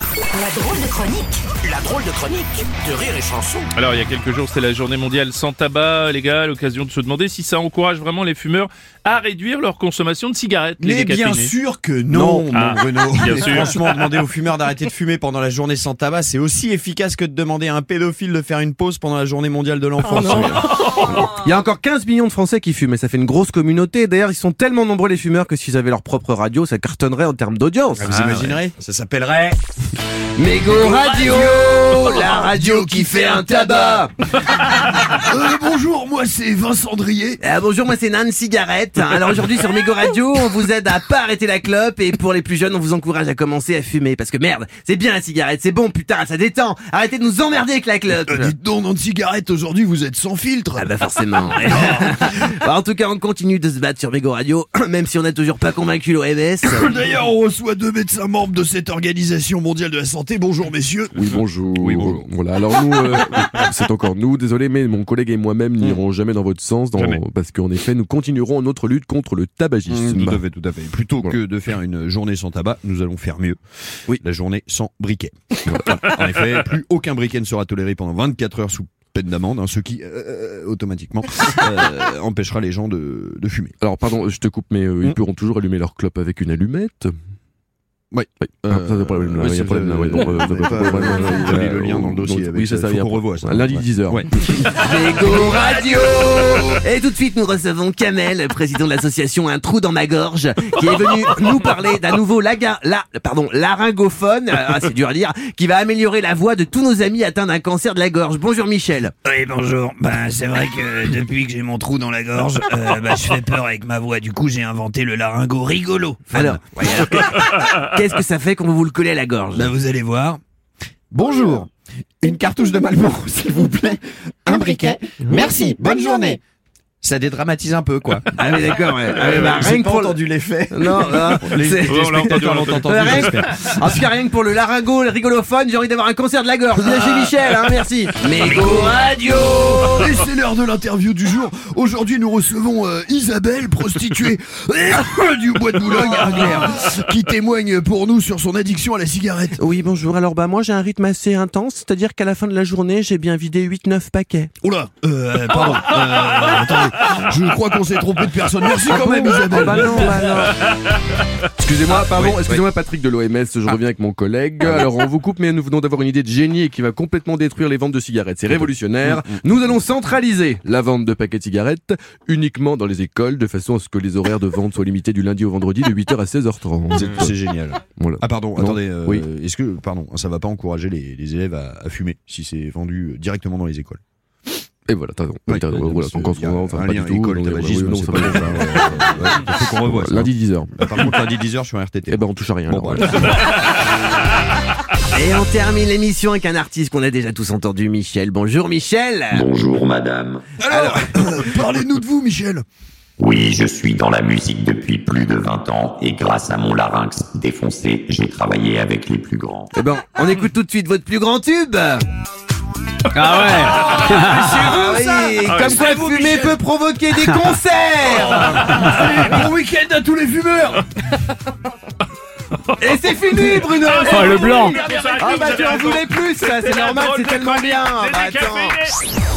La drôle de chronique. La drôle de chronique de Rire et Chanson. Alors, il y a quelques jours, c'est la journée mondiale sans tabac, les gars, l'occasion de se demander si ça encourage vraiment les fumeurs à réduire leur consommation de cigarettes. les Mais bien décaféinés. sûr que non, mon Ah, Bruno. bien Et sûr. Franchement, demander aux fumeurs d'arrêter de fumer pendant la journée sans tabac, c'est aussi efficace que de demander à un pédophile de faire une pause pendant la journée mondiale de l'enfance. Il y a encore 15 millions de Français qui fument et ça fait une grosse communauté. D'ailleurs, ils sont tellement nombreux les fumeurs que s'ils avaient leur propre radio, ça cartonnerait en termes d'audience. Vous imaginerez Ça s'appellerait Mégo Radio, la radio qui fait un tabac. Euh, bonjour, moi c'est Vincent Drier. Euh, bonjour, moi c'est Nan Cigarette. Alors aujourd'hui sur Mégo Radio, on vous aide à pas arrêter la clope et pour les plus jeunes, on vous encourage à commencer à fumer parce que merde, c'est bien la cigarette, c'est bon putain, ça détend. Arrêtez de nous emmerder avec la clope. Euh, dites donc, non de cigarette, aujourd'hui vous êtes sans filtre. Ah bah forcément. ouais. Bah, en tout cas, on continue de se battre sur Mégo Radio, même si on n'a toujours pas convaincu l'OMS. D'ailleurs, on reçoit deux médecins membres de cette organisation mondiale de la santé. Bonjour messieurs. Oui bonjour. Voilà. Alors nous, euh, c'est encore nous. Désolé, mais mon collègue et moi-même n'irons jamais dans votre sens, dans- Jamais. parce qu'en effet, nous continuerons notre lutte contre le tabagisme. Tout à fait, tout à fait. Plutôt Bah. Voilà. que de faire une journée sans tabac, nous allons faire mieux. Oui. La journée sans briquet. Voilà. en effet, plus aucun briquet ne sera toléré pendant 24 heures sous peine d'amende, hein, ce qui, euh, automatiquement, euh, empêchera les gens de, de fumer. Alors pardon, je te coupe, mais euh, Mm. ils pourront toujours allumer leur clope avec une allumette. Oui. Ah, ça, c'est un problème, là, oui, il y a un c'est- problème, là, ouais, euh, donc, euh, pas- donc, euh, ouais, ouais, ouais, J'ai mis ouais, le lien dans le donc, dossier. oui, avec, c'est euh, ça, faut il y a- qu'on revoie ça. Lundi Ouais. 10h. Ouais. Mégo Radio Et tout de suite, nous recevons Kamel, président de l'association Un Trou dans ma gorge, qui est venu nous parler d'un nouveau laga, la, pardon, laryngophone, euh, ah, c'est dur à dire, qui va améliorer la voix de tous nos amis atteints d'un cancer de la gorge. Bonjour Michel Oui, bonjour. Ben, c'est vrai que depuis que j'ai mon trou dans la gorge, euh, bah, je fais peur avec ma voix. Du coup, j'ai inventé le laryngo rigolo. Alors, ouais, alors, qu'est-ce que ça fait quand vous vous le collez à la gorge Là, vous allez voir. Bonjour. Une cartouche de Malboro, s'il vous plaît. Un briquet. Merci. Bonne journée. Ça dédramatise un peu, quoi. Ah oui, d'accord, ouais. Ah oui, bah, J'ai rien que pas pour le- entendu l'effet. Non, non, c'est- Ouais, on l'a entendu, on l'a entendu. Euh, rien que- En tout cas, rien que pour le laryngo, le rigolophone, j'ai envie d'avoir un concert de la gorge. Bien chez Michel, hein, merci. Mégo Radio Et c'est l'heure de l'interview du jour. Aujourd'hui, nous recevons euh, Isabelle, prostituée du bois de Boulogne, Argler, qui témoigne pour nous sur son addiction à la cigarette. Oui, bonjour. Alors, bah, moi, j'ai un rythme assez intense, c'est-à-dire qu'à la fin de la journée, j'ai bien vidé 8-9 paquets. Oula, euh, pardon. Euh, attendez, je crois qu'on s'est trompé de personne. Merci quand même, Isabelle. bah, Ah, Excusez-moi, pardon, excusez-moi Patrick de l'OMS, je reviens avec mon collègue. Alors on vous coupe, mais nous venons d'avoir une idée de génie et qui va complètement détruire les ventes de cigarettes. C'est Mm, révolutionnaire. Nous allons centraliser la vente de paquets de cigarettes uniquement dans les écoles, de façon à ce que les horaires de vente soient limités du lundi au vendredi de 8h à 16h30. C'est- C'est génial. Voilà. Ah pardon, Non. attendez. euh, Oui. Est-ce que pardon, ça va pas encourager les, les élèves à, à fumer si c'est vendu euh, directement dans les écoles Et voilà, t'as raison. Oui, T'as raison, euh, voilà, parce donc, quand qu'il y a on va, enfin, un pas lien du tout, école, non, tabagisme, oui, non, c'est c'est pas pas bon, ça, ouais, ouais, ouais. Faut qu'on revoie ça. Lundi 10h. Bah, Par contre, lundi 10h, je suis en RTT. Eh ben on touche à rien. Bon, alors, bah, voilà. Et on termine l'émission avec un artiste qu'on a déjà tous entendu, Michel. Bonjour, Michel. Bonjour madame. Alors, parlez-nous de vous, Michel. Oui, je suis dans la musique depuis plus de 20 ans et grâce à mon larynx défoncé, j'ai travaillé avec les plus grands. Eh ben, on écoute tout de suite votre plus grand tube. Ah Ah oui, comme quoi fumer peut provoquer des concerts. Bon week-end à tous les fumeurs. Et c'est fini, Bruno. ouais Le blanc Ah bah tu en voulais plus, ça, c'est normal, c'est tellement bien. Bah, attends.